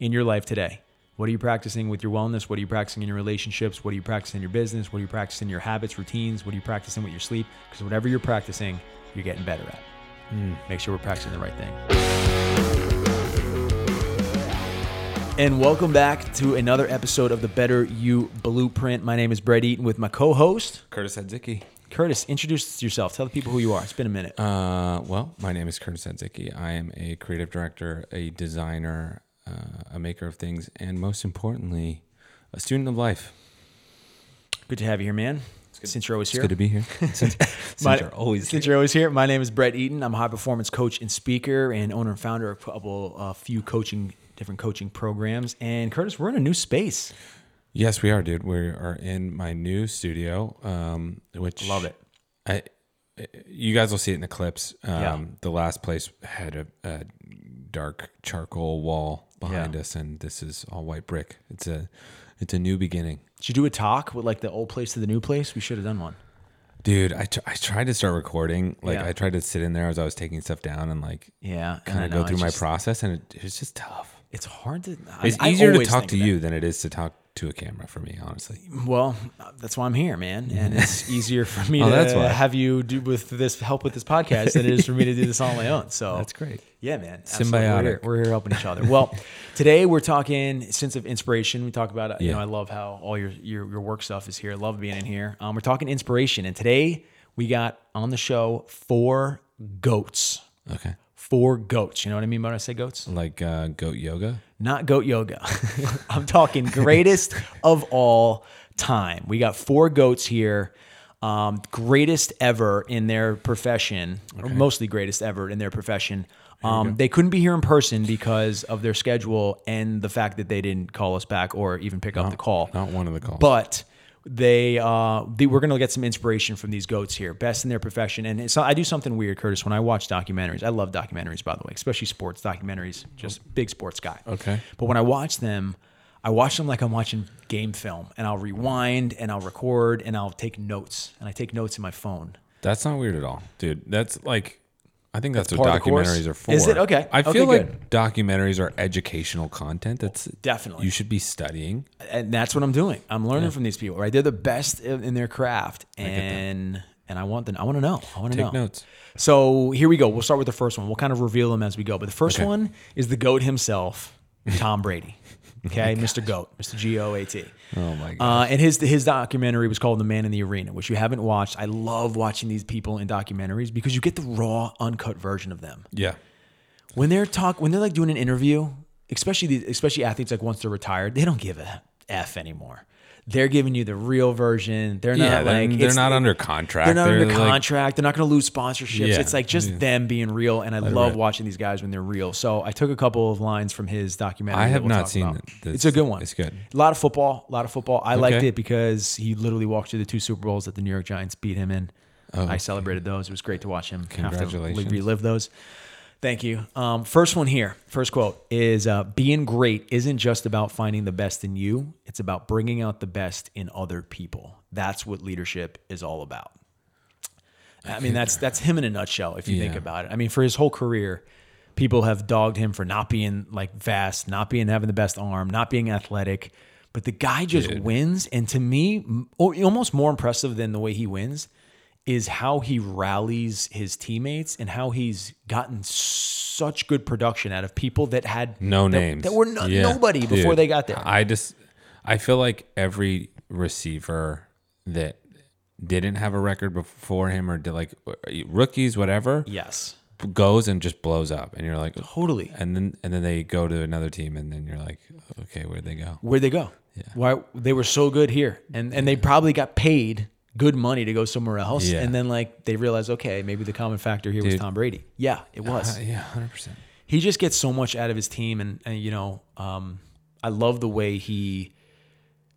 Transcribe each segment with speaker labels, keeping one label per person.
Speaker 1: in your life today. What are you practicing with your wellness? What are you practicing in your relationships? What are you practicing in your business? What are you practicing in your habits, routines? What are you practicing with your sleep? Because whatever you're practicing, you're getting better at.
Speaker 2: Hmm.
Speaker 1: Make sure we're practicing the right thing. And welcome back to another episode of the Better You Blueprint. My name is Brett Eaton with my co host,
Speaker 2: Curtis Hedzicki.
Speaker 1: Curtis. Introduce yourself. Tell the people who you are. It's been a minute.
Speaker 2: Uh, well, my name is Curtis Hedzicki. I am a creative director, a designer, uh, a maker of things, and most importantly, a student of life.
Speaker 1: Good to have you here, man. Since you're always
Speaker 2: It's
Speaker 1: here.
Speaker 2: good to be here. Since, since
Speaker 1: My-
Speaker 2: you're always
Speaker 1: Since you're always here, my name is Brett Eaton. I'm a high performance coach and speaker, and owner and founder of a couple, a few coaching, different coaching programs. And Curtis, we're in a new space.
Speaker 2: Yes, we are, dude. We are in my new studio, um, which
Speaker 1: Love it.
Speaker 2: I, you guys will see it in the clips. Um,
Speaker 1: Yeah.
Speaker 2: The last place had a, a dark charcoal wall behind
Speaker 1: Yeah.
Speaker 2: us, and this is all white brick. It's a, it's a new beginning,
Speaker 1: Did you do a talk with like the old place to the new place? We should have done one.
Speaker 2: dude. I, tr- I tried to start recording. Like
Speaker 1: Yeah.
Speaker 2: I tried to sit in there as I was taking stuff down and like
Speaker 1: Yeah, and
Speaker 2: kind
Speaker 1: I
Speaker 2: of
Speaker 1: know,
Speaker 2: go through
Speaker 1: it's
Speaker 2: my
Speaker 1: just-
Speaker 2: process, and it, it's just tough.
Speaker 1: It's hard to. I-
Speaker 2: It's
Speaker 1: I
Speaker 2: easier to
Speaker 1: always
Speaker 2: talk
Speaker 1: think
Speaker 2: to
Speaker 1: of that.
Speaker 2: you than it is to talk to a camera for me, honestly.
Speaker 1: Well, that's why I'm here, man, and it's easier for me
Speaker 2: Oh,
Speaker 1: to
Speaker 2: that's why.
Speaker 1: have you do with this help with this podcast than it is for me to do this on my own. So
Speaker 2: That's great.
Speaker 1: Yeah, man. absolutely. We're
Speaker 2: Symbiotic.
Speaker 1: here, we're here helping each other. Well, today we're talking sense of inspiration. We talk about uh, you
Speaker 2: Yeah.
Speaker 1: know I love how all your, your your work stuff is here. I love being in here. Um, we're talking inspiration, and today we got on the show four goats.
Speaker 2: Okay,
Speaker 1: Four goats. You know what I mean when I say goats?
Speaker 2: like uh, goat yoga.
Speaker 1: Not goat yoga. I'm talking greatest of all time. We got four goats here. Um, greatest ever in their profession, or mostly greatest ever in their profession. Um, they couldn't be here in person because of their schedule and the fact that they didn't call us back or even pick up the call.
Speaker 2: Not one of the calls.
Speaker 1: But they, uh, they we're going to get some inspiration from these goats here, best in their profession. And it's, I do something weird, Curtis, when I watch documentaries. I love documentaries, by the way, especially sports documentaries. Just big sports guy.
Speaker 2: Okay.
Speaker 1: But when I watch them, I watch them like I'm watching game film, and I'll rewind and I'll record and I'll take notes, and I take notes in my phone.
Speaker 2: That's not weird at all, dude. That's like, I think that's,
Speaker 1: part
Speaker 2: what
Speaker 1: of the course?
Speaker 2: documentaries are for.
Speaker 1: Is it? Okay.
Speaker 2: I
Speaker 1: Okay,
Speaker 2: feel like documentaries are educational content. That's
Speaker 1: Definitely.
Speaker 2: you should be studying.
Speaker 1: and that's what I'm doing. I'm learning from these people, right? They're the best in, in their craft, and and I want them. I want to know. I want to
Speaker 2: Take
Speaker 1: know.
Speaker 2: notes.
Speaker 1: So here we go. We'll start with the first one. We'll kind of reveal them as we go. But the first
Speaker 2: Okay.
Speaker 1: one is the goat himself, Tom Brady. Okay, Mr. Goat, Mr. G O A T.
Speaker 2: Oh my god.
Speaker 1: Uh, and his his documentary was called The Man in the Arena, which you haven't watched. I love watching these people in documentaries because you get the raw, uncut version of them
Speaker 2: yeah.
Speaker 1: when they're talk when they're like doing an interview, especially these, especially athletes like once they're retired, they don't give a f anymore. They're giving you the real version. They're
Speaker 2: Yeah,
Speaker 1: not
Speaker 2: they're-
Speaker 1: like
Speaker 2: they're
Speaker 1: it's-
Speaker 2: not under contract.
Speaker 1: They're not under
Speaker 2: They're, like-
Speaker 1: contract. they're not going to lose sponsorships.
Speaker 2: Yeah,
Speaker 1: It's like just
Speaker 2: yeah.
Speaker 1: them being real, and I love
Speaker 2: rip.
Speaker 1: watching these guys when they're real. So I took a couple of lines from his documentary.
Speaker 2: I
Speaker 1: that
Speaker 2: have
Speaker 1: we'll
Speaker 2: not
Speaker 1: talk
Speaker 2: seen
Speaker 1: about.
Speaker 2: it. This-
Speaker 1: it's a good one.
Speaker 2: it's good.
Speaker 1: A lot of football. A lot of football. I liked
Speaker 2: Okay.
Speaker 1: it because he literally walked through the two Super Bowls that the New York Giants beat him in. I celebrated those. It was great to watch him. have to
Speaker 2: Oh, Congratulations.
Speaker 1: relive those. Thank you. Um, first one here, first quote is uh, Being great isn't just about finding the best in you, it's about bringing out the best in other people. That's what leadership is all about. I mean, that's that's him in a nutshell. If you think
Speaker 2: Yeah.
Speaker 1: about it, I mean, for his whole career, people have dogged him for not being like vast, not being having the best arm, not being athletic. But the guy just wins, and to me, m- o- almost more impressive than the way he wins is how he rallies his teammates and how he's gotten such good production out of people that had
Speaker 2: No
Speaker 1: that,
Speaker 2: names.
Speaker 1: that were no,
Speaker 2: Yeah.
Speaker 1: nobody before
Speaker 2: Dude,
Speaker 1: they got there.
Speaker 2: I just I feel like every receiver that didn't have a record before him or did like uh, rookies whatever
Speaker 1: yes,
Speaker 2: goes and just blows up and you're like
Speaker 1: totally.
Speaker 2: and then and then they go to another team and then you're like okay where'd they go
Speaker 1: Where'd they go? Why they were so good here, and and they probably got paid good money to go somewhere else,
Speaker 2: Yeah.
Speaker 1: and then like they realized, okay, maybe the common factor here was Tom Brady. Yeah, it was.
Speaker 2: Uh, yeah 100%
Speaker 1: he just gets so much out of his team, and, and you know, um, I love the way he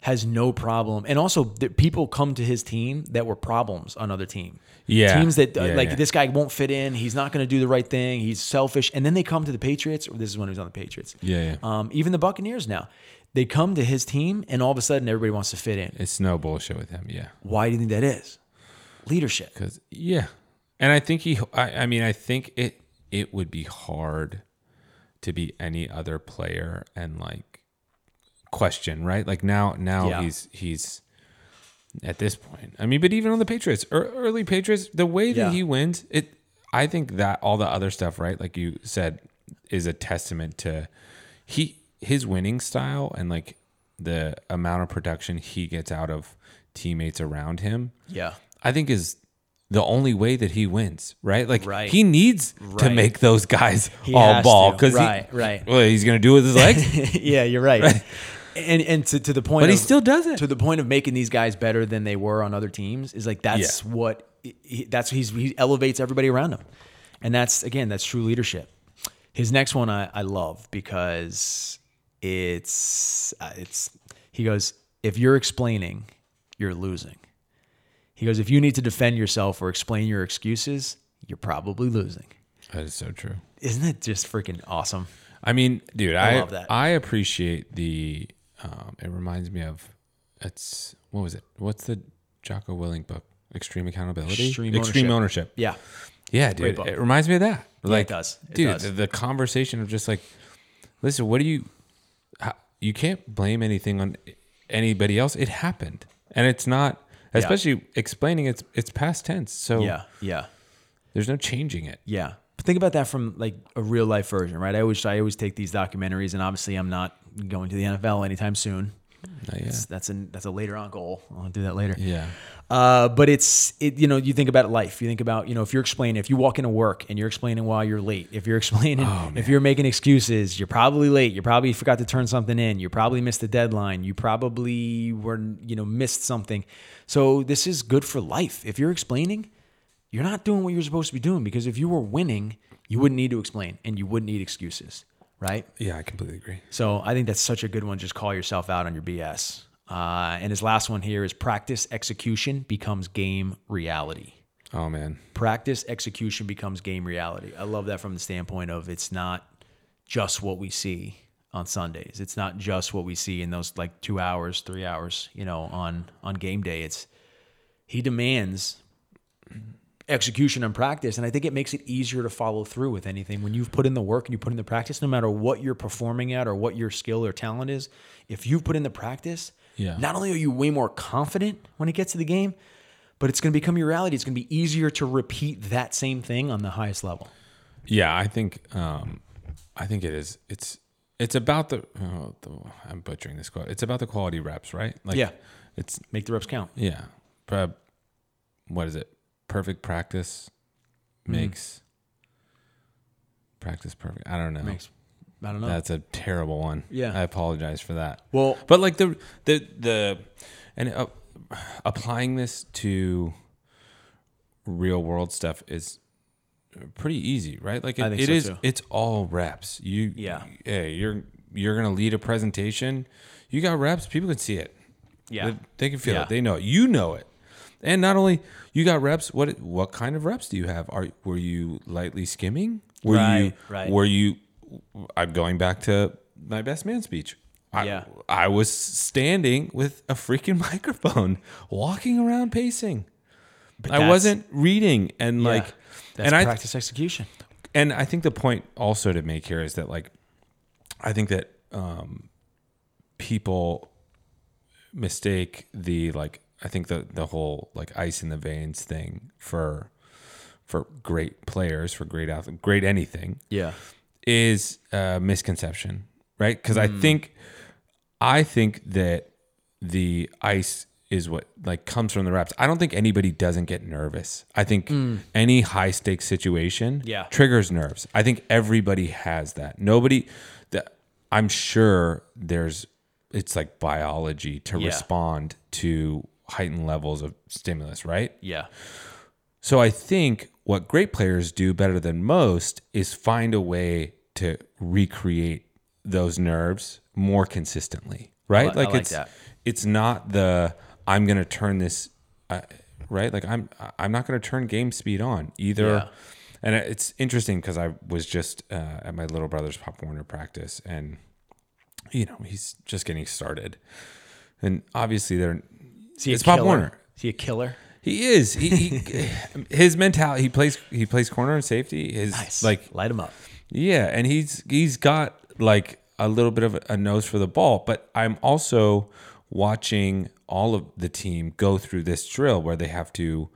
Speaker 1: has no problem, and also the people come to his team that were problems on other team.
Speaker 2: Yeah.
Speaker 1: teams that uh,
Speaker 2: Yeah,
Speaker 1: like
Speaker 2: yeah.
Speaker 1: this guy won't fit in. He's not going to do the right thing. He's selfish, and then they come to the Patriots. Or this is when he was on the Patriots
Speaker 2: yeah, yeah.
Speaker 1: um, even the Buccaneers now. They come to his team, and all of a sudden, everybody wants to fit in.
Speaker 2: it's no bullshit with him yeah
Speaker 1: Why do you think that is? Leadership.
Speaker 2: because yeah and i think he I, I mean i think it it would be hard to be any other player and like question, right? Like now, now
Speaker 1: Yeah.
Speaker 2: he's he's at this point. I mean, but even on the Patriots, ear- early Patriots, the way that
Speaker 1: Yeah.
Speaker 2: he wins, it. I think that all the other stuff, right? Like you said, is a testament to he his winning style and like the amount of production he gets out of teammates around him.
Speaker 1: Yeah.
Speaker 2: I think is the only way that he wins, right? Like
Speaker 1: Right.
Speaker 2: he needs to
Speaker 1: Right.
Speaker 2: make those guys all
Speaker 1: has
Speaker 2: ball
Speaker 1: to.
Speaker 2: because
Speaker 1: Right, right.
Speaker 2: well, he's gonna do it with his legs,
Speaker 1: yeah, you're right. And and to, to the point
Speaker 2: but he
Speaker 1: of-
Speaker 2: still does it.
Speaker 1: to the point of making these guys better than they were on other teams is like that's what he, that's he's he elevates everybody around him, and that's again that's true leadership. His next one I, I love because it's uh, it's he goes if you're explaining you're losing. He goes if you need to defend yourself or explain your excuses you're probably losing.
Speaker 2: That is so true.
Speaker 1: Isn't it just freaking awesome?
Speaker 2: I mean, dude, I I,
Speaker 1: love that.
Speaker 2: appreciate the. Um, it reminds me of it's what was it? What's the Jocko Willing book? Extreme accountability,
Speaker 1: Extreme
Speaker 2: extreme ownership.
Speaker 1: Yeah,
Speaker 2: Yeah, dude,
Speaker 1: book.
Speaker 2: it reminds me of that. Like,
Speaker 1: does. It
Speaker 2: dude,
Speaker 1: does.
Speaker 2: The, the conversation of just like, listen, what do you? How, you can't blame anything on anybody else. It happened, and it's not. Especially explaining it's it's past tense, so
Speaker 1: yeah, yeah.
Speaker 2: there's no changing it.
Speaker 1: Yeah. But think about that from like a real life version, right? I always I always take these documentaries and obviously I'm not going to the NFL anytime soon.
Speaker 2: Not yet.
Speaker 1: That's that's an that's a later on goal. I'll do that later.
Speaker 2: Uh, Yeah,
Speaker 1: Uh, but it's it, you know you think about life. You think about you know if you're explaining if you walk into work and you're explaining why you're late. If you're explaining if you're making excuses, you're probably late. You probably forgot to turn something in. You probably missed the deadline. You probably were you know missed something. So this is good for life. If you're explaining, you're not doing what you're supposed to be doing because if you were winning, you wouldn't need to explain and you wouldn't need excuses, right?
Speaker 2: yeah, I completely agree.
Speaker 1: So I think that's such a good one. Just call yourself out on your BS. Uh, and his last one here is practice execution becomes game reality.
Speaker 2: Oh man,
Speaker 1: Practice execution becomes game reality. I love that from the standpoint of it's not just what we see on Sundays. It's not just what we see in those like two hours, three hours, you know, on on game day. It's he demands execution and practice. And I think it makes it easier to follow through with anything when you've put in the work and you put in the practice, no matter what you're performing at or what your skill or talent is. If you put in the practice,
Speaker 2: Yeah.
Speaker 1: not only are you way more confident when it gets to the game, but it's going to become your reality. It's going to be easier to repeat that same thing on the highest level.
Speaker 2: Yeah, I think um, I think it is. It's it's about the, oh, the I'm butchering this quote. It's about the quality reps, right? Like,
Speaker 1: Yeah.
Speaker 2: it's
Speaker 1: Make the reps count.
Speaker 2: yeah. Prob- what is it? Perfect practice makes practice perfect. I don't know.
Speaker 1: Makes, I don't know.
Speaker 2: That's a terrible one.
Speaker 1: Yeah.
Speaker 2: I apologize for that.
Speaker 1: well,
Speaker 2: But like the the the and uh, applying this to real world stuff is pretty easy, right? Like it,
Speaker 1: I think
Speaker 2: it
Speaker 1: so,
Speaker 2: is-
Speaker 1: too.
Speaker 2: it's all reps. You
Speaker 1: Yeah.
Speaker 2: Hey, you're you're gonna lead a presentation. You got reps. People can see it.
Speaker 1: yeah.
Speaker 2: They, they can feel
Speaker 1: Yeah.
Speaker 2: it. They know it. You know it. And not only you got reps, what what kind of reps do you have? Are were you lightly skimming? Were you
Speaker 1: Right, right.
Speaker 2: were you I'm going back to my best man speech. I,
Speaker 1: Yeah.
Speaker 2: I was standing with a freaking microphone, walking around pacing. I
Speaker 1: that's-
Speaker 2: wasn't reading and
Speaker 1: Yeah.
Speaker 2: like
Speaker 1: that's
Speaker 2: and I
Speaker 1: practice execution.
Speaker 2: and I think the point also to make here is that like I think that um people mistake the like I think the the whole like ice in the veins thing for for great players, for great athlete, great anything
Speaker 1: Yeah.
Speaker 2: is a misconception, right? Because
Speaker 1: Hmm.
Speaker 2: I think I think that the ice is what like comes from the reps. I don't think anybody doesn't get nervous. I think any high stakes situation
Speaker 1: Hmm. Yeah.
Speaker 2: triggers nerves. I think everybody has that. Nobody that I'm sure there's it's like biology to
Speaker 1: Yeah.
Speaker 2: respond to heightened levels of stimulus, right?
Speaker 1: Yeah.
Speaker 2: So I think what great players do better than most is find a way to recreate those nerves more consistently, right?
Speaker 1: li- I like
Speaker 2: it's
Speaker 1: that.
Speaker 2: it's not the I'm going to turn this uh, right? Like I'm I'm not going to turn game speed on either.
Speaker 1: Yeah.
Speaker 2: And it's interesting because I was just uh, at my little brother's Pop Warner practice, and you know he's just getting started, and obviously they're
Speaker 1: See,
Speaker 2: It's Pop Warner.
Speaker 1: See a killer.
Speaker 2: he is. He, he his mentality. He plays. He plays corner and safety. His like
Speaker 1: light him up.
Speaker 2: Yeah, and he's he's got like a little bit of a nose for the ball, but I'm also watching all of the team go through this drill where they have to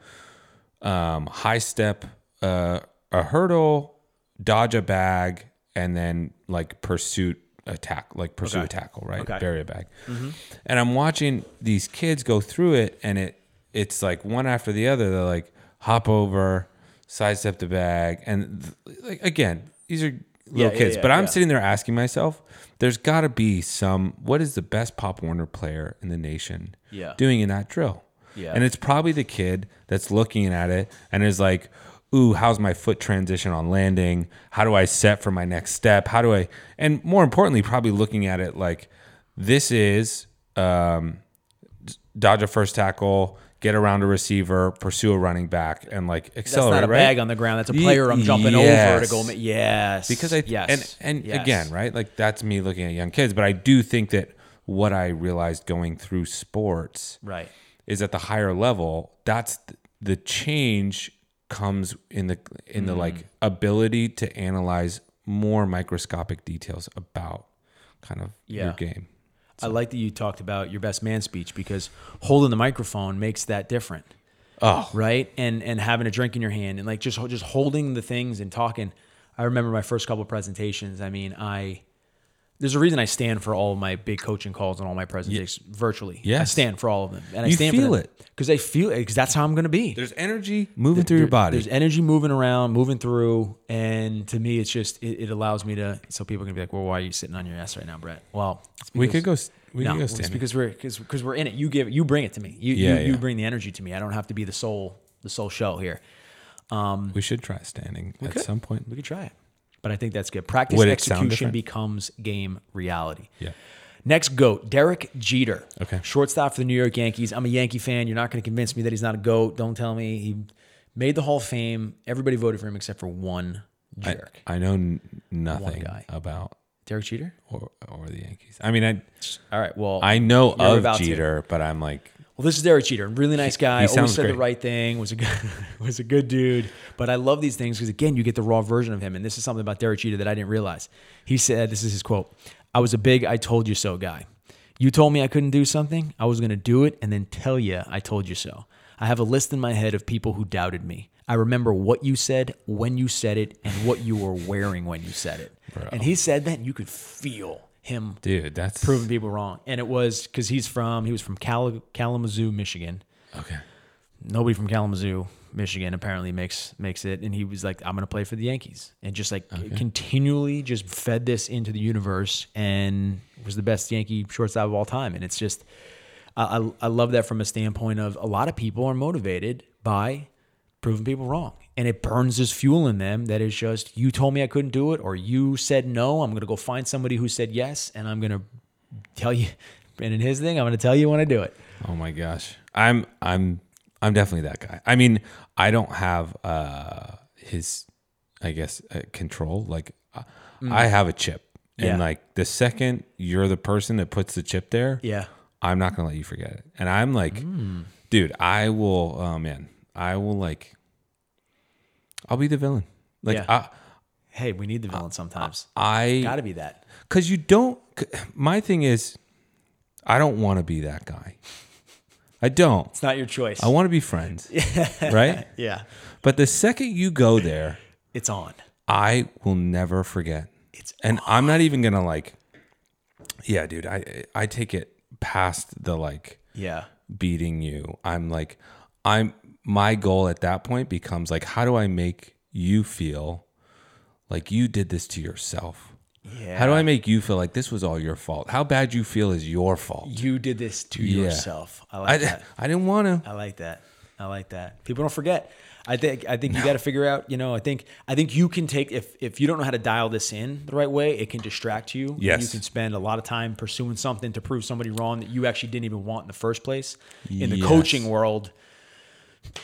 Speaker 2: um, high step uh, a hurdle, dodge a bag, and then like pursuit attack, like pursue
Speaker 1: Okay.
Speaker 2: a tackle, right?
Speaker 1: Okay. Mm-hmm.
Speaker 2: Bury a bag. And I'm watching these kids go through it, and it it's like one after the other. They're like hop over, sidestep the bag, and th- like again, these are little
Speaker 1: yeah,
Speaker 2: kids.
Speaker 1: yeah,
Speaker 2: but I'm
Speaker 1: yeah.
Speaker 2: sitting there asking myself, there's got to be some. What is the best Pop Warner player in the nation?
Speaker 1: Yeah.
Speaker 2: doing in that drill.
Speaker 1: Yeah.
Speaker 2: And it's probably the kid that's looking at it and is like, ooh, how's my foot transition on landing? How do I set for my next step? How do I, and more importantly, probably looking at it like, this is um, dodge a first tackle, get around a receiver, pursue a running back, and like
Speaker 1: That's
Speaker 2: accelerate.
Speaker 1: not a
Speaker 2: right?
Speaker 1: bag on the ground. That's a
Speaker 2: Ye-
Speaker 1: player I'm jumping over
Speaker 2: yes.
Speaker 1: to go. ma- Yes,
Speaker 2: because I
Speaker 1: yes
Speaker 2: and and
Speaker 1: Yes.
Speaker 2: again, right? Like that's me looking at young kids, but I do think that what I realized going through sports,
Speaker 1: right.
Speaker 2: is at the higher level that's th- the change comes in the in the
Speaker 1: Mm.
Speaker 2: like ability to analyze more microscopic details about kind of your
Speaker 1: Yeah.
Speaker 2: game
Speaker 1: I like that you talked about your best man speech because holding the microphone makes that different.
Speaker 2: Oh.
Speaker 1: right, and and having a drink in your hand and like just ho- just holding the things and talking. I remember my first couple presentations. I mean, I there's a reason I stand for all my big coaching calls and all my presentations virtually. I
Speaker 2: Yes.
Speaker 1: stand for all of them, and I
Speaker 2: You
Speaker 1: stand
Speaker 2: feel
Speaker 1: for
Speaker 2: it.
Speaker 1: because I feel it because that's how I'm going to be.
Speaker 2: there's energy moving through your
Speaker 1: There-
Speaker 2: body
Speaker 1: There's energy moving around, moving through, and to me, it's just it, it allows me to. So people can be like, "Well, why are you sitting on your ass right now, Brett?" Well, it's
Speaker 2: we
Speaker 1: because-
Speaker 2: could go s- we
Speaker 1: no,
Speaker 2: could go
Speaker 1: it's
Speaker 2: standing
Speaker 1: because we're because we're in it. You give you bring it to me. You
Speaker 2: Yeah,
Speaker 1: you, you
Speaker 2: yeah.
Speaker 1: bring the energy to me. I don't have to be the sole the sole show here.
Speaker 2: we should try standing at some point
Speaker 1: We could try it, but I think that's good. Practice
Speaker 2: Would it sound
Speaker 1: execution
Speaker 2: different?
Speaker 1: becomes game reality.
Speaker 2: yeah
Speaker 1: Next goat, Derek Jeter.
Speaker 2: Okay.
Speaker 1: Shortstop for the New York Yankees. I'm a Yankee fan. You're not going to convince me that he's not a goat. Don't tell me he made the Hall of Fame. Everybody voted for him except for one
Speaker 2: I,
Speaker 1: jerk.
Speaker 2: I know n- nothing
Speaker 1: guy.
Speaker 2: about
Speaker 1: Derek Jeter.
Speaker 2: or or the yankees i mean i
Speaker 1: All right. Well,
Speaker 2: i know
Speaker 1: You're
Speaker 2: of
Speaker 1: about to.
Speaker 2: jeter but i'm like
Speaker 1: Well, this is Derek Cheater, really nice guy. Always
Speaker 2: sounds
Speaker 1: said the
Speaker 2: great.
Speaker 1: right thing. was a good, was a good dude. But I love these things because again, you get the raw version of him, and this is something about Derek Cheater that I didn't realize. He said, "This is his quote: I was a big I told you so guy. You told me I couldn't do something, I was going to do it, and then tell you I told you so. I have a list in my head of people who doubted me. I remember what you said, when you said it, and what you were wearing when you said it. And he said that, and you could feel him
Speaker 2: dude that's
Speaker 1: proving people wrong. And it was because he's from he was from Cal- Kalamazoo, Michigan.
Speaker 2: okay
Speaker 1: Nobody from Kalamazoo, Michigan, apparently makes makes it. And he was like, "I'm going to play for the Yankees," and just like continually just fed this into the universe, and was the best Yankee shortstop of all time. And it's just, I, I, I love that from a standpoint of a lot of people are motivated by proving people wrong. And it burns this fuel in them that is just, you told me I couldn't do it, or you said no. I'm going to go find somebody who said yes, and I'm going to tell you. And in his thing, I'm going to tell you when I do it.
Speaker 2: Oh my gosh. I'm I'm I'm definitely that guy. I mean, I don't have uh his I guess uh, control like I- I have a chip. And
Speaker 1: Mm. Yeah.
Speaker 2: like the second you're the person that puts the chip there,
Speaker 1: Yeah. Mm.
Speaker 2: I'm not going to let you forget it. And I'm like, dude, I will oh man, I will like I'll be the villain. Like
Speaker 1: Yeah.
Speaker 2: I
Speaker 1: Hey, we need the villain sometimes.
Speaker 2: I
Speaker 1: Got to be that.
Speaker 2: because you don't. c- My thing is, I don't want to be that guy. I don't.
Speaker 1: It's not your choice.
Speaker 2: I want to be friends, right?
Speaker 1: yeah.
Speaker 2: But the second you go there,
Speaker 1: It's on.
Speaker 2: I will never forget.
Speaker 1: It's
Speaker 2: and I'm not even gonna like. Yeah, dude, I I take it past the like
Speaker 1: Yeah.
Speaker 2: beating you. I'm like, I'm my goal at that point becomes like, how do I make you feel like you did this to yourself?
Speaker 1: Yeah.
Speaker 2: How do I make you feel like this was all your fault? How bad you feel is your fault.
Speaker 1: You did this to
Speaker 2: Yeah.
Speaker 1: yourself. I like
Speaker 2: I,
Speaker 1: that.
Speaker 2: I didn't want to.
Speaker 1: I like that. I like that. People don't forget. I think I think you got to figure out, you know, I think I think you can take if if you don't know how to dial this in the right way, it can distract you. and You
Speaker 2: Yes.
Speaker 1: can spend a lot of time pursuing something to prove somebody wrong that you actually didn't even want in the first place. In the
Speaker 2: Yes.
Speaker 1: coaching world,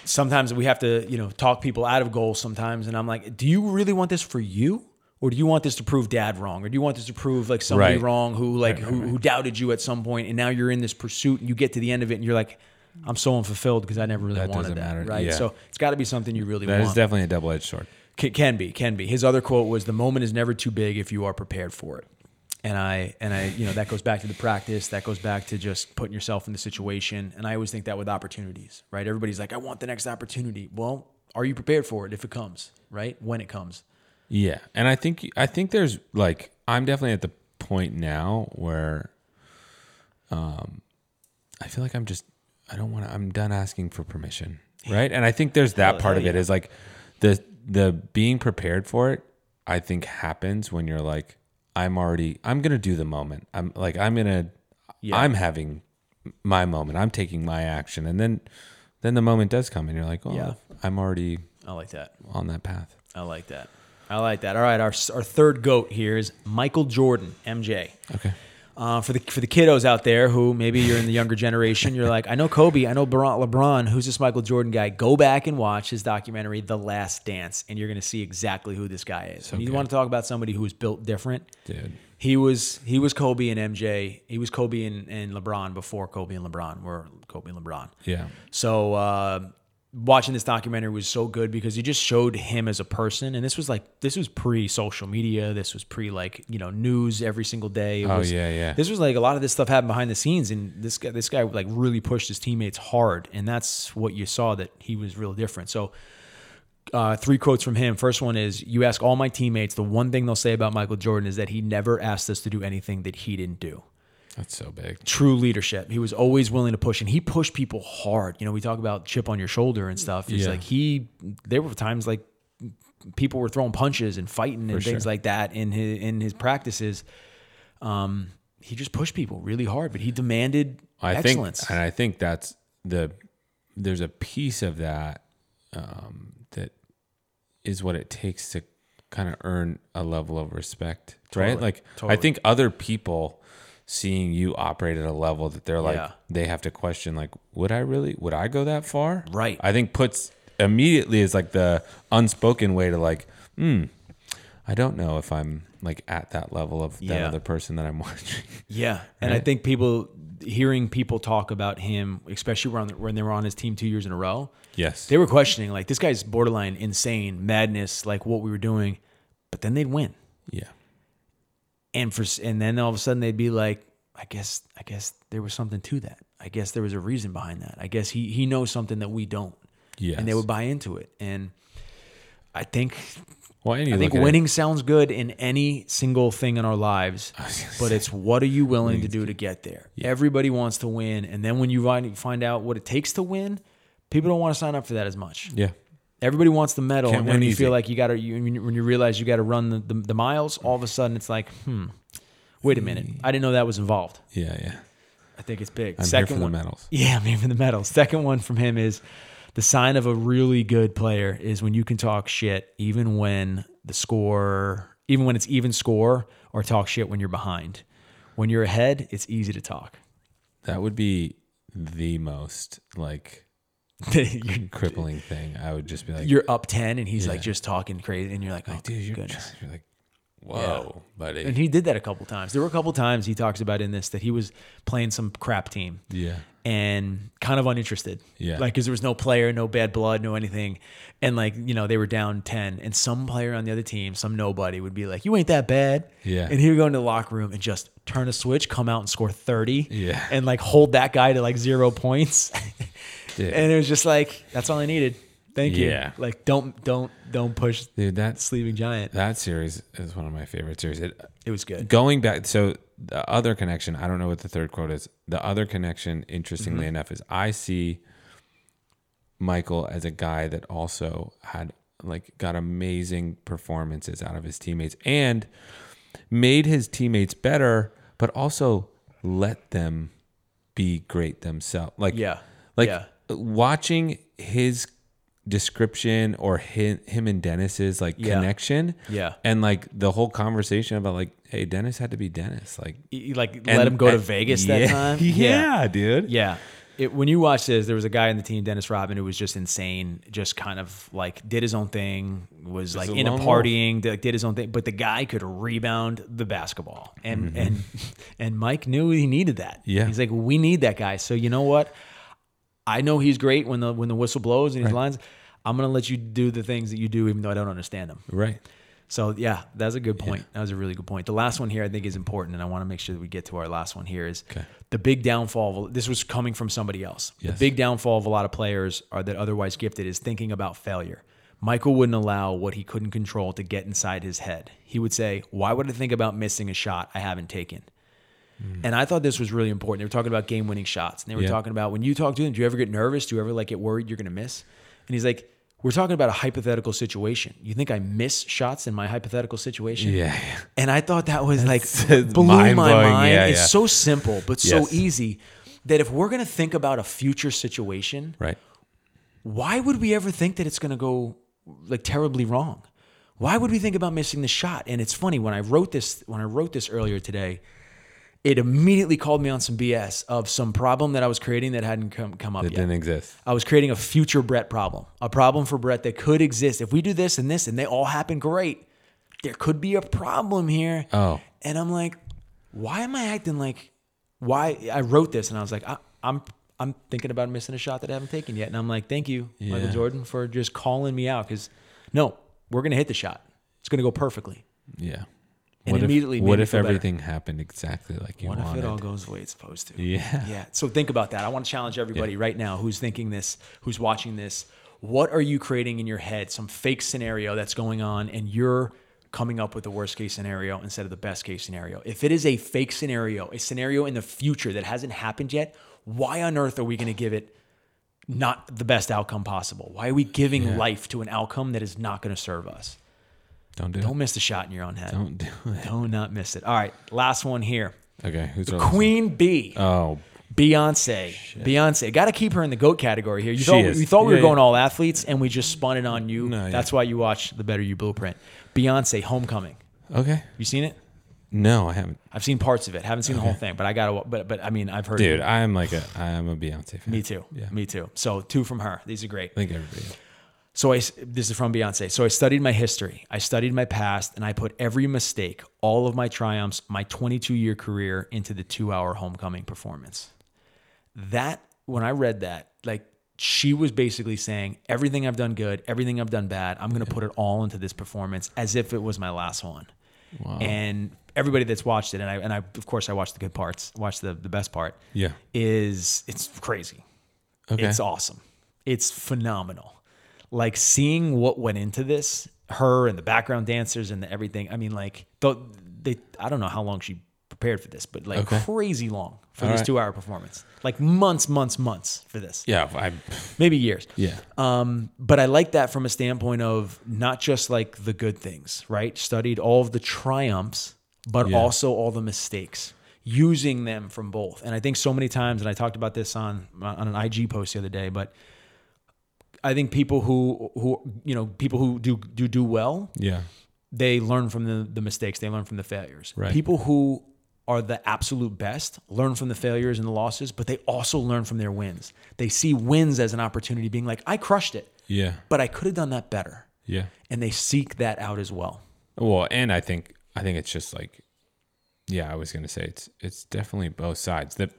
Speaker 1: sometimes we have to, you know, talk people out of goals sometimes and I'm like, "Do you really want this for you?" Or do you want this to prove dad wrong? Or do you want this to prove like somebody
Speaker 2: Right.
Speaker 1: wrong who like who, who doubted you at some point and now you're in this pursuit and you get to the end of it and you're like, I'm so unfulfilled because I never really
Speaker 2: That
Speaker 1: wanted
Speaker 2: doesn't
Speaker 1: that.
Speaker 2: matter.
Speaker 1: Right.
Speaker 2: Yeah.
Speaker 1: So it's got to be something you really
Speaker 2: That is
Speaker 1: want.
Speaker 2: definitely a double edged sword.
Speaker 1: Can, can be, can be. His other quote was, "The moment is never too big if you are prepared for it." And I and I, you know, that goes back to the practice. That goes back to just putting yourself in the situation. And I always think that with opportunities, right? Everybody's like, "I want the next opportunity." Well, are you prepared for it if it comes? Right when it comes.
Speaker 2: Yeah, and I think I think there's like I'm definitely at the point now where, um, I feel like I'm just I don't want to I'm done asking for permission, right? And I think there's that part of it is like the the being prepared for it. I think happens when you're like I'm already I'm gonna do the moment. I'm like I'm gonna I'm having my moment. I'm taking my action, and then then the moment does come, and you're like, oh,
Speaker 1: Yeah.
Speaker 2: I'm already
Speaker 1: I like that.
Speaker 2: on that path.
Speaker 1: I like that. I like that. All right, our our third goat here is Michael Jordan, MJ.
Speaker 2: Okay.
Speaker 1: Uh, for the for the kiddos out there who maybe you're in the younger generation, you're like, I know Kobe, I know Bron- LeBron. Who's this Michael Jordan guy? Go back and watch his documentary, The Last Dance, and you're going to see exactly who this guy is. And you want to talk about somebody who was built different?
Speaker 2: Dude.
Speaker 1: He was he was Kobe and MJ. He was Kobe and, and LeBron before Kobe and LeBron were Kobe and LeBron.
Speaker 2: Yeah.
Speaker 1: So uh, watching this documentary was so good because he just showed him as a person, and this was like this was pre social media. This was pre like you know news every single day. It
Speaker 2: Oh,
Speaker 1: was,
Speaker 2: yeah, yeah.
Speaker 1: This was like a lot of this stuff happened behind the scenes, and this guy this guy like really pushed his teammates hard, and that's what you saw that he was real different. So. Uh, three quotes from him. First one is You ask all my teammates, the one thing they'll say about Michael Jordan is that he never asked us to do anything that he didn't do
Speaker 2: That's so big.
Speaker 1: true leadership. He was always willing to push, and he pushed people hard. You know, we talk about chip on your shoulder and stuff. It's
Speaker 2: Yeah.
Speaker 1: like he. There were times like people were throwing punches and fighting and things like that in his in his practices. Um, he just pushed people really hard, but he demanded
Speaker 2: I
Speaker 1: excellence.
Speaker 2: think, and I think that's the there's a piece of that um, that is what it takes to kind of earn a level of respect, right?
Speaker 1: Totally.
Speaker 2: Like
Speaker 1: Totally.
Speaker 2: I think other people seeing you operate at a level that they're like
Speaker 1: Yeah.
Speaker 2: they have to question like would I really would I go that far?
Speaker 1: Right.
Speaker 2: I think puts immediately is like the unspoken way to like hmm I don't know if I'm like at that level of that
Speaker 1: Yeah.
Speaker 2: other person that I'm watching.
Speaker 1: Yeah, and I think people hearing people talk about him, especially when when they were on his team two years in a row,
Speaker 2: yes.
Speaker 1: they were questioning like this guy's borderline insane madness, like what we were doing. But then they'd win.
Speaker 2: yeah.
Speaker 1: and for and then all of a sudden they'd be like i guess i guess there was something to that i guess there was a reason behind that i guess he he knows something that we don't
Speaker 2: Yes.
Speaker 1: and they would buy into it and i think
Speaker 2: Well, and you
Speaker 1: i think
Speaker 2: look at it-
Speaker 1: winning sounds good in any single thing in our lives but it's what are you willing to do to get there everybody wants to win and then when you find find out what it takes to win people don't want to sign up for that as much
Speaker 2: Yeah.
Speaker 1: Everybody wants the medal,
Speaker 2: Can't
Speaker 1: and when
Speaker 2: win
Speaker 1: you
Speaker 2: easy.
Speaker 1: feel like you got to, you, when you- when you realize you got to run the, the, the miles, all of a sudden it's like, hmm, wait a minute, I didn't know that was involved.
Speaker 2: Yeah. Yeah.
Speaker 1: I think it's big.
Speaker 2: I'm here for
Speaker 1: Second
Speaker 2: the
Speaker 1: one,
Speaker 2: medals.
Speaker 1: yeah, I'm here for the medal. Second one from him is the sign of a really good player is when you can talk shit even when the score, even when it's even score, or talk shit when you're behind. When you're ahead, it's easy to talk.
Speaker 2: That would be the most like
Speaker 1: you're,
Speaker 2: crippling thing. I would just be like,
Speaker 1: you're up ten, and he's like just talking crazy, and you're like, oh,
Speaker 2: dude, you're,
Speaker 1: goodness.
Speaker 2: you're like, whoa, buddy.
Speaker 1: And he did that a couple times. There were a couple times he talks about in this that he was playing some crap team
Speaker 2: yeah.
Speaker 1: and kind of uninterested.
Speaker 2: Yeah.
Speaker 1: Like, because there was no player, no bad blood, no anything. And, like, you know, they were down 10. And some player on the other team, some nobody, would be like, You ain't that bad.
Speaker 2: Yeah.
Speaker 1: And he would go into the locker room and just turn a switch, come out and score 30.
Speaker 2: Yeah.
Speaker 1: And, like, hold that guy to, like, zero points.
Speaker 2: Dude.
Speaker 1: And it was just like, That's all I needed. Thank you.
Speaker 2: Yeah.
Speaker 1: Like, don't, don't, don't push
Speaker 2: Dude, that's
Speaker 1: Sleeping Giant.
Speaker 2: that series is one of my favorite series. It,
Speaker 1: It was good.
Speaker 2: going back, so the other connection, I don't know what the third quote is. The other connection, interestingly
Speaker 1: Mm-hmm.
Speaker 2: enough, is I see Michael as a guy that also had like got amazing performances out of his teammates and made his teammates better, but also let them be great themselves. Like
Speaker 1: Yeah.
Speaker 2: like
Speaker 1: Yeah.
Speaker 2: watching his description or him, him and Dennis's like
Speaker 1: Yeah.
Speaker 2: connection.
Speaker 1: Yeah.
Speaker 2: And like the whole conversation about like, hey, Dennis had to be Dennis. Like
Speaker 1: you, like
Speaker 2: and-
Speaker 1: let him go to
Speaker 2: and-
Speaker 1: Vegas
Speaker 2: yeah,
Speaker 1: that time.
Speaker 2: Yeah, dude.
Speaker 1: Yeah. It, when you watch this, there was a guy in the team, Dennis Robin, who was just insane, just kind of like did his own thing, was like
Speaker 2: a
Speaker 1: into
Speaker 2: lone wolf.
Speaker 1: partying, did, like, did his own thing, but the guy could rebound the basketball. And and and Mike knew he needed that.
Speaker 2: Mm-hmm. Yeah.
Speaker 1: He's like, we need that guy. So you know what? I know he's great when the when the whistle blows and his lines. I'm gonna let you do the things that you do, even though I don't understand them.
Speaker 2: Right.
Speaker 1: So yeah, that's a good point. That was a really good point. The last one here I think is important, and I want to make sure that we get to our last one here is
Speaker 2: Okay.
Speaker 1: the big downfall. Of, this was coming from somebody else. The
Speaker 2: Yes.
Speaker 1: big downfall of a lot of players are that otherwise gifted is thinking about failure. Michael wouldn't allow what he couldn't control to get inside his head. He would say, "Why would I think about missing a shot I haven't taken?" And I thought this was really important. They were talking about game winning shots. And they were
Speaker 2: Hmm. Yeah.
Speaker 1: talking about when you talk to them, do you ever get nervous? Do you ever like get worried you're going to miss? And he's like, we're talking about a hypothetical situation. You think I miss shots in my hypothetical situation?
Speaker 2: Yeah.
Speaker 1: And I thought that was like
Speaker 2: it's
Speaker 1: blew my
Speaker 2: mind-blowing.
Speaker 1: mind.
Speaker 2: Yeah,
Speaker 1: it's
Speaker 2: yeah.
Speaker 1: so simple, but
Speaker 2: Yes.
Speaker 1: so easy that if we're going to think about a future situation,
Speaker 2: Right.
Speaker 1: why would we ever think that it's going to go like terribly wrong? Why would we think about missing the shot? And it's funny when I wrote this when I wrote this earlier today, it immediately called me on some BS of some problem that I was creating that hadn't come, come up
Speaker 2: It
Speaker 1: yet.
Speaker 2: didn't exist.
Speaker 1: I was creating a future Brett problem, a problem for Brett that could exist. If we do this and this and they all happen great, there could be a problem here.
Speaker 2: Oh.
Speaker 1: And I'm like, why am I acting like why I wrote this and I was like, I, I'm I'm thinking about missing a shot that I haven't taken yet. And I'm like, thank you, Michael
Speaker 2: Yeah.
Speaker 1: Jordan, for just calling me out. Cause no, we're gonna hit the shot. It's gonna go perfectly.
Speaker 2: Yeah.
Speaker 1: And
Speaker 2: what
Speaker 1: immediately
Speaker 2: if,
Speaker 1: made
Speaker 2: what
Speaker 1: me
Speaker 2: if
Speaker 1: feel better.
Speaker 2: everything happened exactly like you
Speaker 1: What if
Speaker 2: wanted?
Speaker 1: it all goes the way it's supposed to?
Speaker 2: Yeah.
Speaker 1: Yeah. So think about that. I want to challenge everybody right now who's thinking this, who's watching this. What are you creating in your head? Some fake scenario that's going on, and you're coming up with the worst case scenario instead of the best case scenario. If it is a fake scenario, a scenario in the future that hasn't happened yet, why on earth are we going to give it not the best outcome possible? Why are we giving life to an outcome that is not going to serve us?
Speaker 2: Don't do
Speaker 1: Don't miss the shot in your own head.
Speaker 2: it. Don't do it.
Speaker 1: Don't not miss it. All right, last one here.
Speaker 2: Okay. Who's our last one?
Speaker 1: Queen B.
Speaker 2: Oh,
Speaker 1: Beyonce. Beyonce. Got to keep her in the GOAT category here. You thought,
Speaker 2: is.
Speaker 1: you thought we
Speaker 2: Yeah,
Speaker 1: were
Speaker 2: yeah.
Speaker 1: going all athletes and we just spun it on you.
Speaker 2: No, yeah.
Speaker 1: That's why you watch The Better You Blueprint. Beyonce, Homecoming.
Speaker 2: okay.
Speaker 1: You seen it?
Speaker 2: No, I haven't.
Speaker 1: I've seen parts of it. Haven't seen the whole thing, but I got to, but, but I mean, I've heard
Speaker 2: Dude,
Speaker 1: It.
Speaker 2: I'm like a I'm a Beyonce fan.
Speaker 1: Me too.
Speaker 2: Yeah.
Speaker 1: Me too. So two from her. These are great.
Speaker 2: I think everybody. is.
Speaker 1: So I, this is from Beyonce. So I studied my history, I studied my past, and I put every mistake, all of my triumphs, my 22 year career into the two hour homecoming performance. That, when I read that, like she was basically saying, everything I've done good, everything I've done bad, I'm going to put it all into this performance as if it was my last one. And everybody that's watched it, and I, and I, of course, I watched the good parts, watched the, the best part,
Speaker 2: Yeah.
Speaker 1: is it's crazy.
Speaker 2: Okay.
Speaker 1: It's awesome. It's phenomenal. Like seeing what went into this, her and the background dancers and the everything. I mean, like th- they. I don't know how long she prepared for this, but like
Speaker 2: Okay.
Speaker 1: crazy long for
Speaker 2: All
Speaker 1: this
Speaker 2: right.
Speaker 1: two-hour performance. Like months, months, months for this.
Speaker 2: yeah. I'm.
Speaker 1: Maybe years.
Speaker 2: Yeah.
Speaker 1: Um, but I like that from a standpoint of not just like the good things, right? Studied all of the triumphs, but
Speaker 2: Yeah.
Speaker 1: also all the mistakes, using them from both. And I think so many times, and I talked about this on on an IG post the other day, but I think people who who you know people who do do do well,
Speaker 2: Yeah.
Speaker 1: they learn from the the mistakes, they learn from the failures.
Speaker 2: Right.
Speaker 1: People who are the absolute best learn from the failures and the losses, but they also learn from their wins. They see wins as an opportunity, being like, I crushed it
Speaker 2: Yeah.
Speaker 1: but I could have done that better.
Speaker 2: Yeah.
Speaker 1: And they seek that out as well.
Speaker 2: Well, and I think I think it's just like, yeah, I was gonna say it's it's definitely both sides. That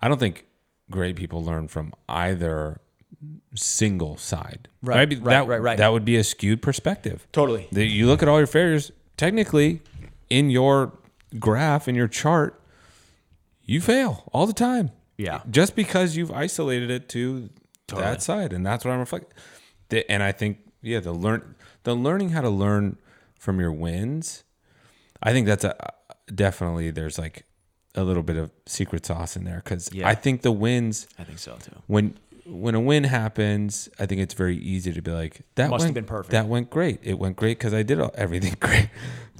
Speaker 2: I don't think great people learn from either single side.
Speaker 1: Right,
Speaker 2: Maybe
Speaker 1: right,
Speaker 2: that,
Speaker 1: right, right.
Speaker 2: That would be a skewed perspective.
Speaker 1: Totally.
Speaker 2: That you look at all your failures. Technically, in your graph in your chart, you fail all the time.
Speaker 1: Yeah.
Speaker 2: Just because you've isolated it to that side, and that's what I'm reflecting. The- And I think, yeah, the learn the learning how to learn from your wins. I think that's a definitely there's like a little bit of secret sauce in there because
Speaker 1: Yeah.
Speaker 2: I think the wins
Speaker 1: I think so too.
Speaker 2: when when a win happens, I think it's very easy to be like that
Speaker 1: Must have
Speaker 2: went,
Speaker 1: been perfect.
Speaker 2: That went great. It went great because I did all, everything great.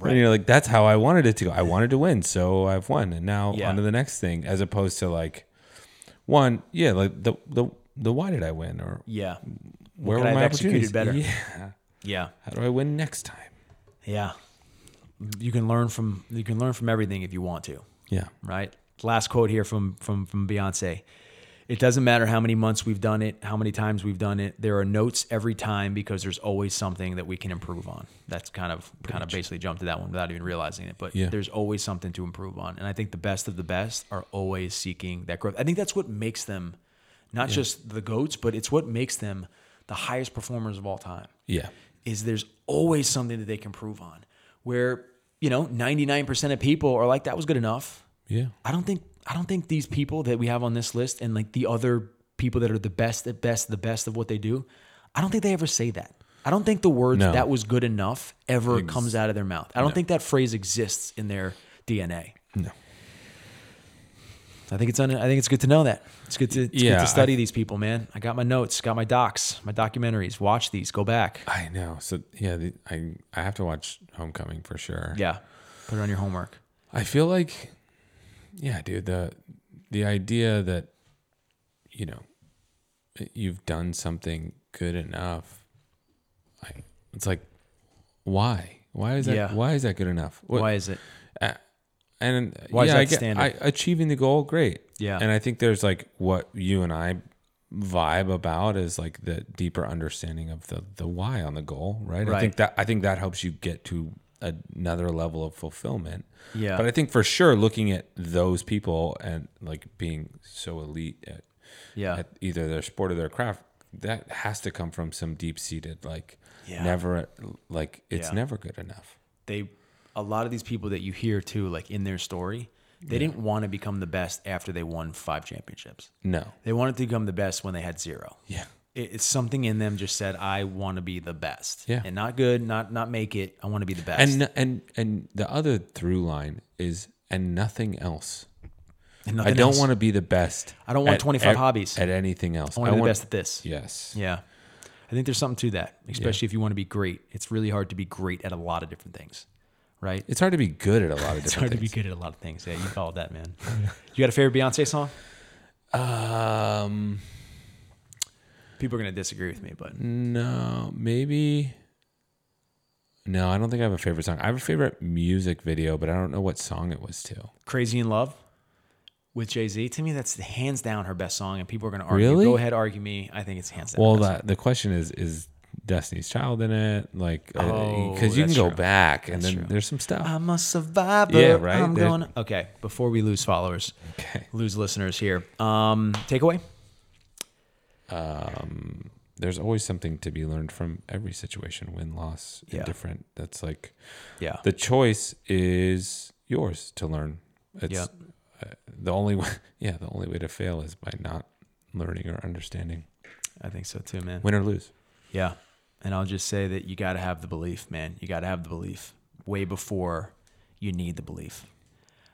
Speaker 2: And you're like, that's how I wanted it to go. I wanted to win, so I've won, and now
Speaker 1: Yeah.
Speaker 2: on to the next thing. As opposed to like, one, yeah, like the the the why did I win or
Speaker 1: Yeah.
Speaker 2: where
Speaker 1: could
Speaker 2: were
Speaker 1: I
Speaker 2: my
Speaker 1: have executed
Speaker 2: opportunities?
Speaker 1: better?
Speaker 2: Yeah,
Speaker 1: Yeah.
Speaker 2: how do I win next time?
Speaker 1: Yeah. You can learn from you can learn from everything if you want to,
Speaker 2: Yeah,
Speaker 1: right? Last quote here from from from Beyonce. It doesn't matter how many months we've done it, how many times we've done it. There are notes every time because there's always something that we can improve on. That's kind of kind of basically jumped to that one without even realizing it. But
Speaker 2: Yeah.
Speaker 1: there's always something to improve on, and I think the best of the best are always seeking that growth. I think that's what makes them not just the goats, but it's what makes them the highest performers of all time
Speaker 2: Yeah.
Speaker 1: is there's always something that they can prove on where you know 99% of people are like that was good enough
Speaker 2: Yeah.
Speaker 1: i don't think i don't think these people that we have on this list and like the other people that are the best at best the best of what they do i don't think they ever say that i don't think the words
Speaker 2: No.
Speaker 1: that was good enough ever comes out of their mouth i don't think that phrase exists in their dna
Speaker 2: No.
Speaker 1: i think it's un- i think it's good to know that it's good to, it's
Speaker 2: Yeah,
Speaker 1: good
Speaker 2: I-
Speaker 1: to study these people man i got my notes got my docs my documentaries watch these go back
Speaker 2: I know. So yeah, the, I I have to watch Homecoming for sure.
Speaker 1: yeah put it on your homework
Speaker 2: I feel like, yeah, dude, the the idea that you know you've done something good enough, I, it's like, why? Why is that?
Speaker 1: Yeah.
Speaker 2: Why is that good enough? What-
Speaker 1: why is it
Speaker 2: uh, and
Speaker 1: Why is
Speaker 2: yeah,
Speaker 1: that
Speaker 2: I
Speaker 1: the
Speaker 2: get,
Speaker 1: standard?
Speaker 2: I, achieving the goal, great.
Speaker 1: Yeah.
Speaker 2: and I think there's like what you and I vibe about is like the deeper understanding of the the why on the goal, right? I
Speaker 1: Right.
Speaker 2: think that I think that helps you get to another level of fulfillment.
Speaker 1: Yeah.
Speaker 2: but I think for sure, looking at those people and like being so elite at,
Speaker 1: yeah
Speaker 2: at either their sport or their craft, that has to come from some deep seated like
Speaker 1: Yeah.
Speaker 2: never like it's
Speaker 1: Yeah.
Speaker 2: never good enough.
Speaker 1: they a lot of these people that you hear too like in their story they didn't want to become the best after they won five championships
Speaker 2: No.
Speaker 1: they wanted to become the best when they had zero
Speaker 2: Yeah.
Speaker 1: it, it's something in them just said i want to be the best
Speaker 2: Yeah.
Speaker 1: and not good not not make it i want to be the best
Speaker 2: and and and the other through line is and nothing else.
Speaker 1: And
Speaker 2: I
Speaker 1: nothing
Speaker 2: don't
Speaker 1: else.
Speaker 2: want to be the best.
Speaker 1: I don't want
Speaker 2: at
Speaker 1: 25
Speaker 2: ev-
Speaker 1: hobbies.
Speaker 2: at anything else.
Speaker 1: I want to be the best at this
Speaker 2: Yes.
Speaker 1: yeah i think there's something to that especially if you want to be great it's really hard to be great at a lot of different things right
Speaker 2: It's hard to be good at a lot of
Speaker 1: it's
Speaker 2: different
Speaker 1: hard to be
Speaker 2: things.
Speaker 1: good at a lot of things yeah you followed that man you got a favorite beyonce song
Speaker 2: Um,
Speaker 1: people are going to disagree with me but
Speaker 2: no, maybe. No, I don't think I have a favorite song. I have a favorite music video, but I don't know what song it was to.
Speaker 1: Crazy in Love with Jay Z. To me, that's hands down her best song, and people are going to argue.
Speaker 2: Really?
Speaker 1: Go ahead, argue me. I think it's hands down.
Speaker 2: Well,
Speaker 1: her best
Speaker 2: that the question is is Destiny's Child in it? Like,
Speaker 1: Oh,
Speaker 2: because you can
Speaker 1: that's
Speaker 2: go
Speaker 1: true.
Speaker 2: back and then
Speaker 1: true. Um,
Speaker 2: there's some stuff.
Speaker 1: song. I'm a survivor.
Speaker 2: Yeah, right?
Speaker 1: I'm
Speaker 2: There-
Speaker 1: going. Okay, before we lose followers,
Speaker 2: okay.
Speaker 1: lose listeners here. Um, takeaway.
Speaker 2: um, there's always something to be learned from every situation win loss
Speaker 1: Yeah.
Speaker 2: indifferent that's like
Speaker 1: Yeah.
Speaker 2: the choice is yours to learn it's uh, the only way yeah the only way to fail is by not learning or understanding
Speaker 1: I think so too, man.
Speaker 2: win or lose
Speaker 1: Yeah. And I'll just say that you got to have the belief, man. You got to have the belief way before you need the belief.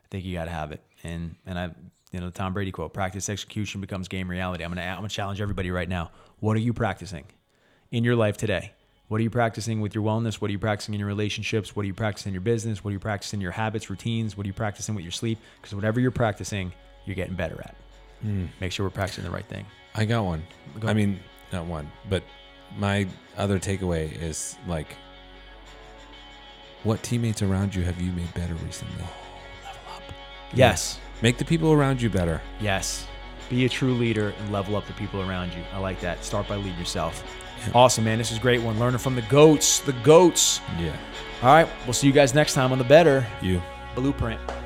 Speaker 1: I think you got to have it. And and I, you know, the Tom Brady quote: "Practice execution becomes game reality." I'm gonna I'm gonna challenge everybody right now. What are you practicing in your life today? What are you practicing with your wellness? What are you practicing in your relationships? What are you practicing in your business? What are you practicing in your habits, routines? What are you practicing with your sleep? Because whatever you're practicing, you're getting better at. Make sure we're practicing the right thing.
Speaker 2: i got one
Speaker 1: Hmm. Go.
Speaker 2: i mean not one but my other takeaway is like what teammates around you have you made better recently
Speaker 1: Yes.
Speaker 2: make the people around you better
Speaker 1: Yes. Be a true leader and level up the people around you. I like that. Start by leading yourself. Awesome, man. This is a great one. Learning from the goats. The goats.
Speaker 2: yeah
Speaker 1: All right. We'll see you guys next time on the Better
Speaker 2: you
Speaker 1: Blueprint.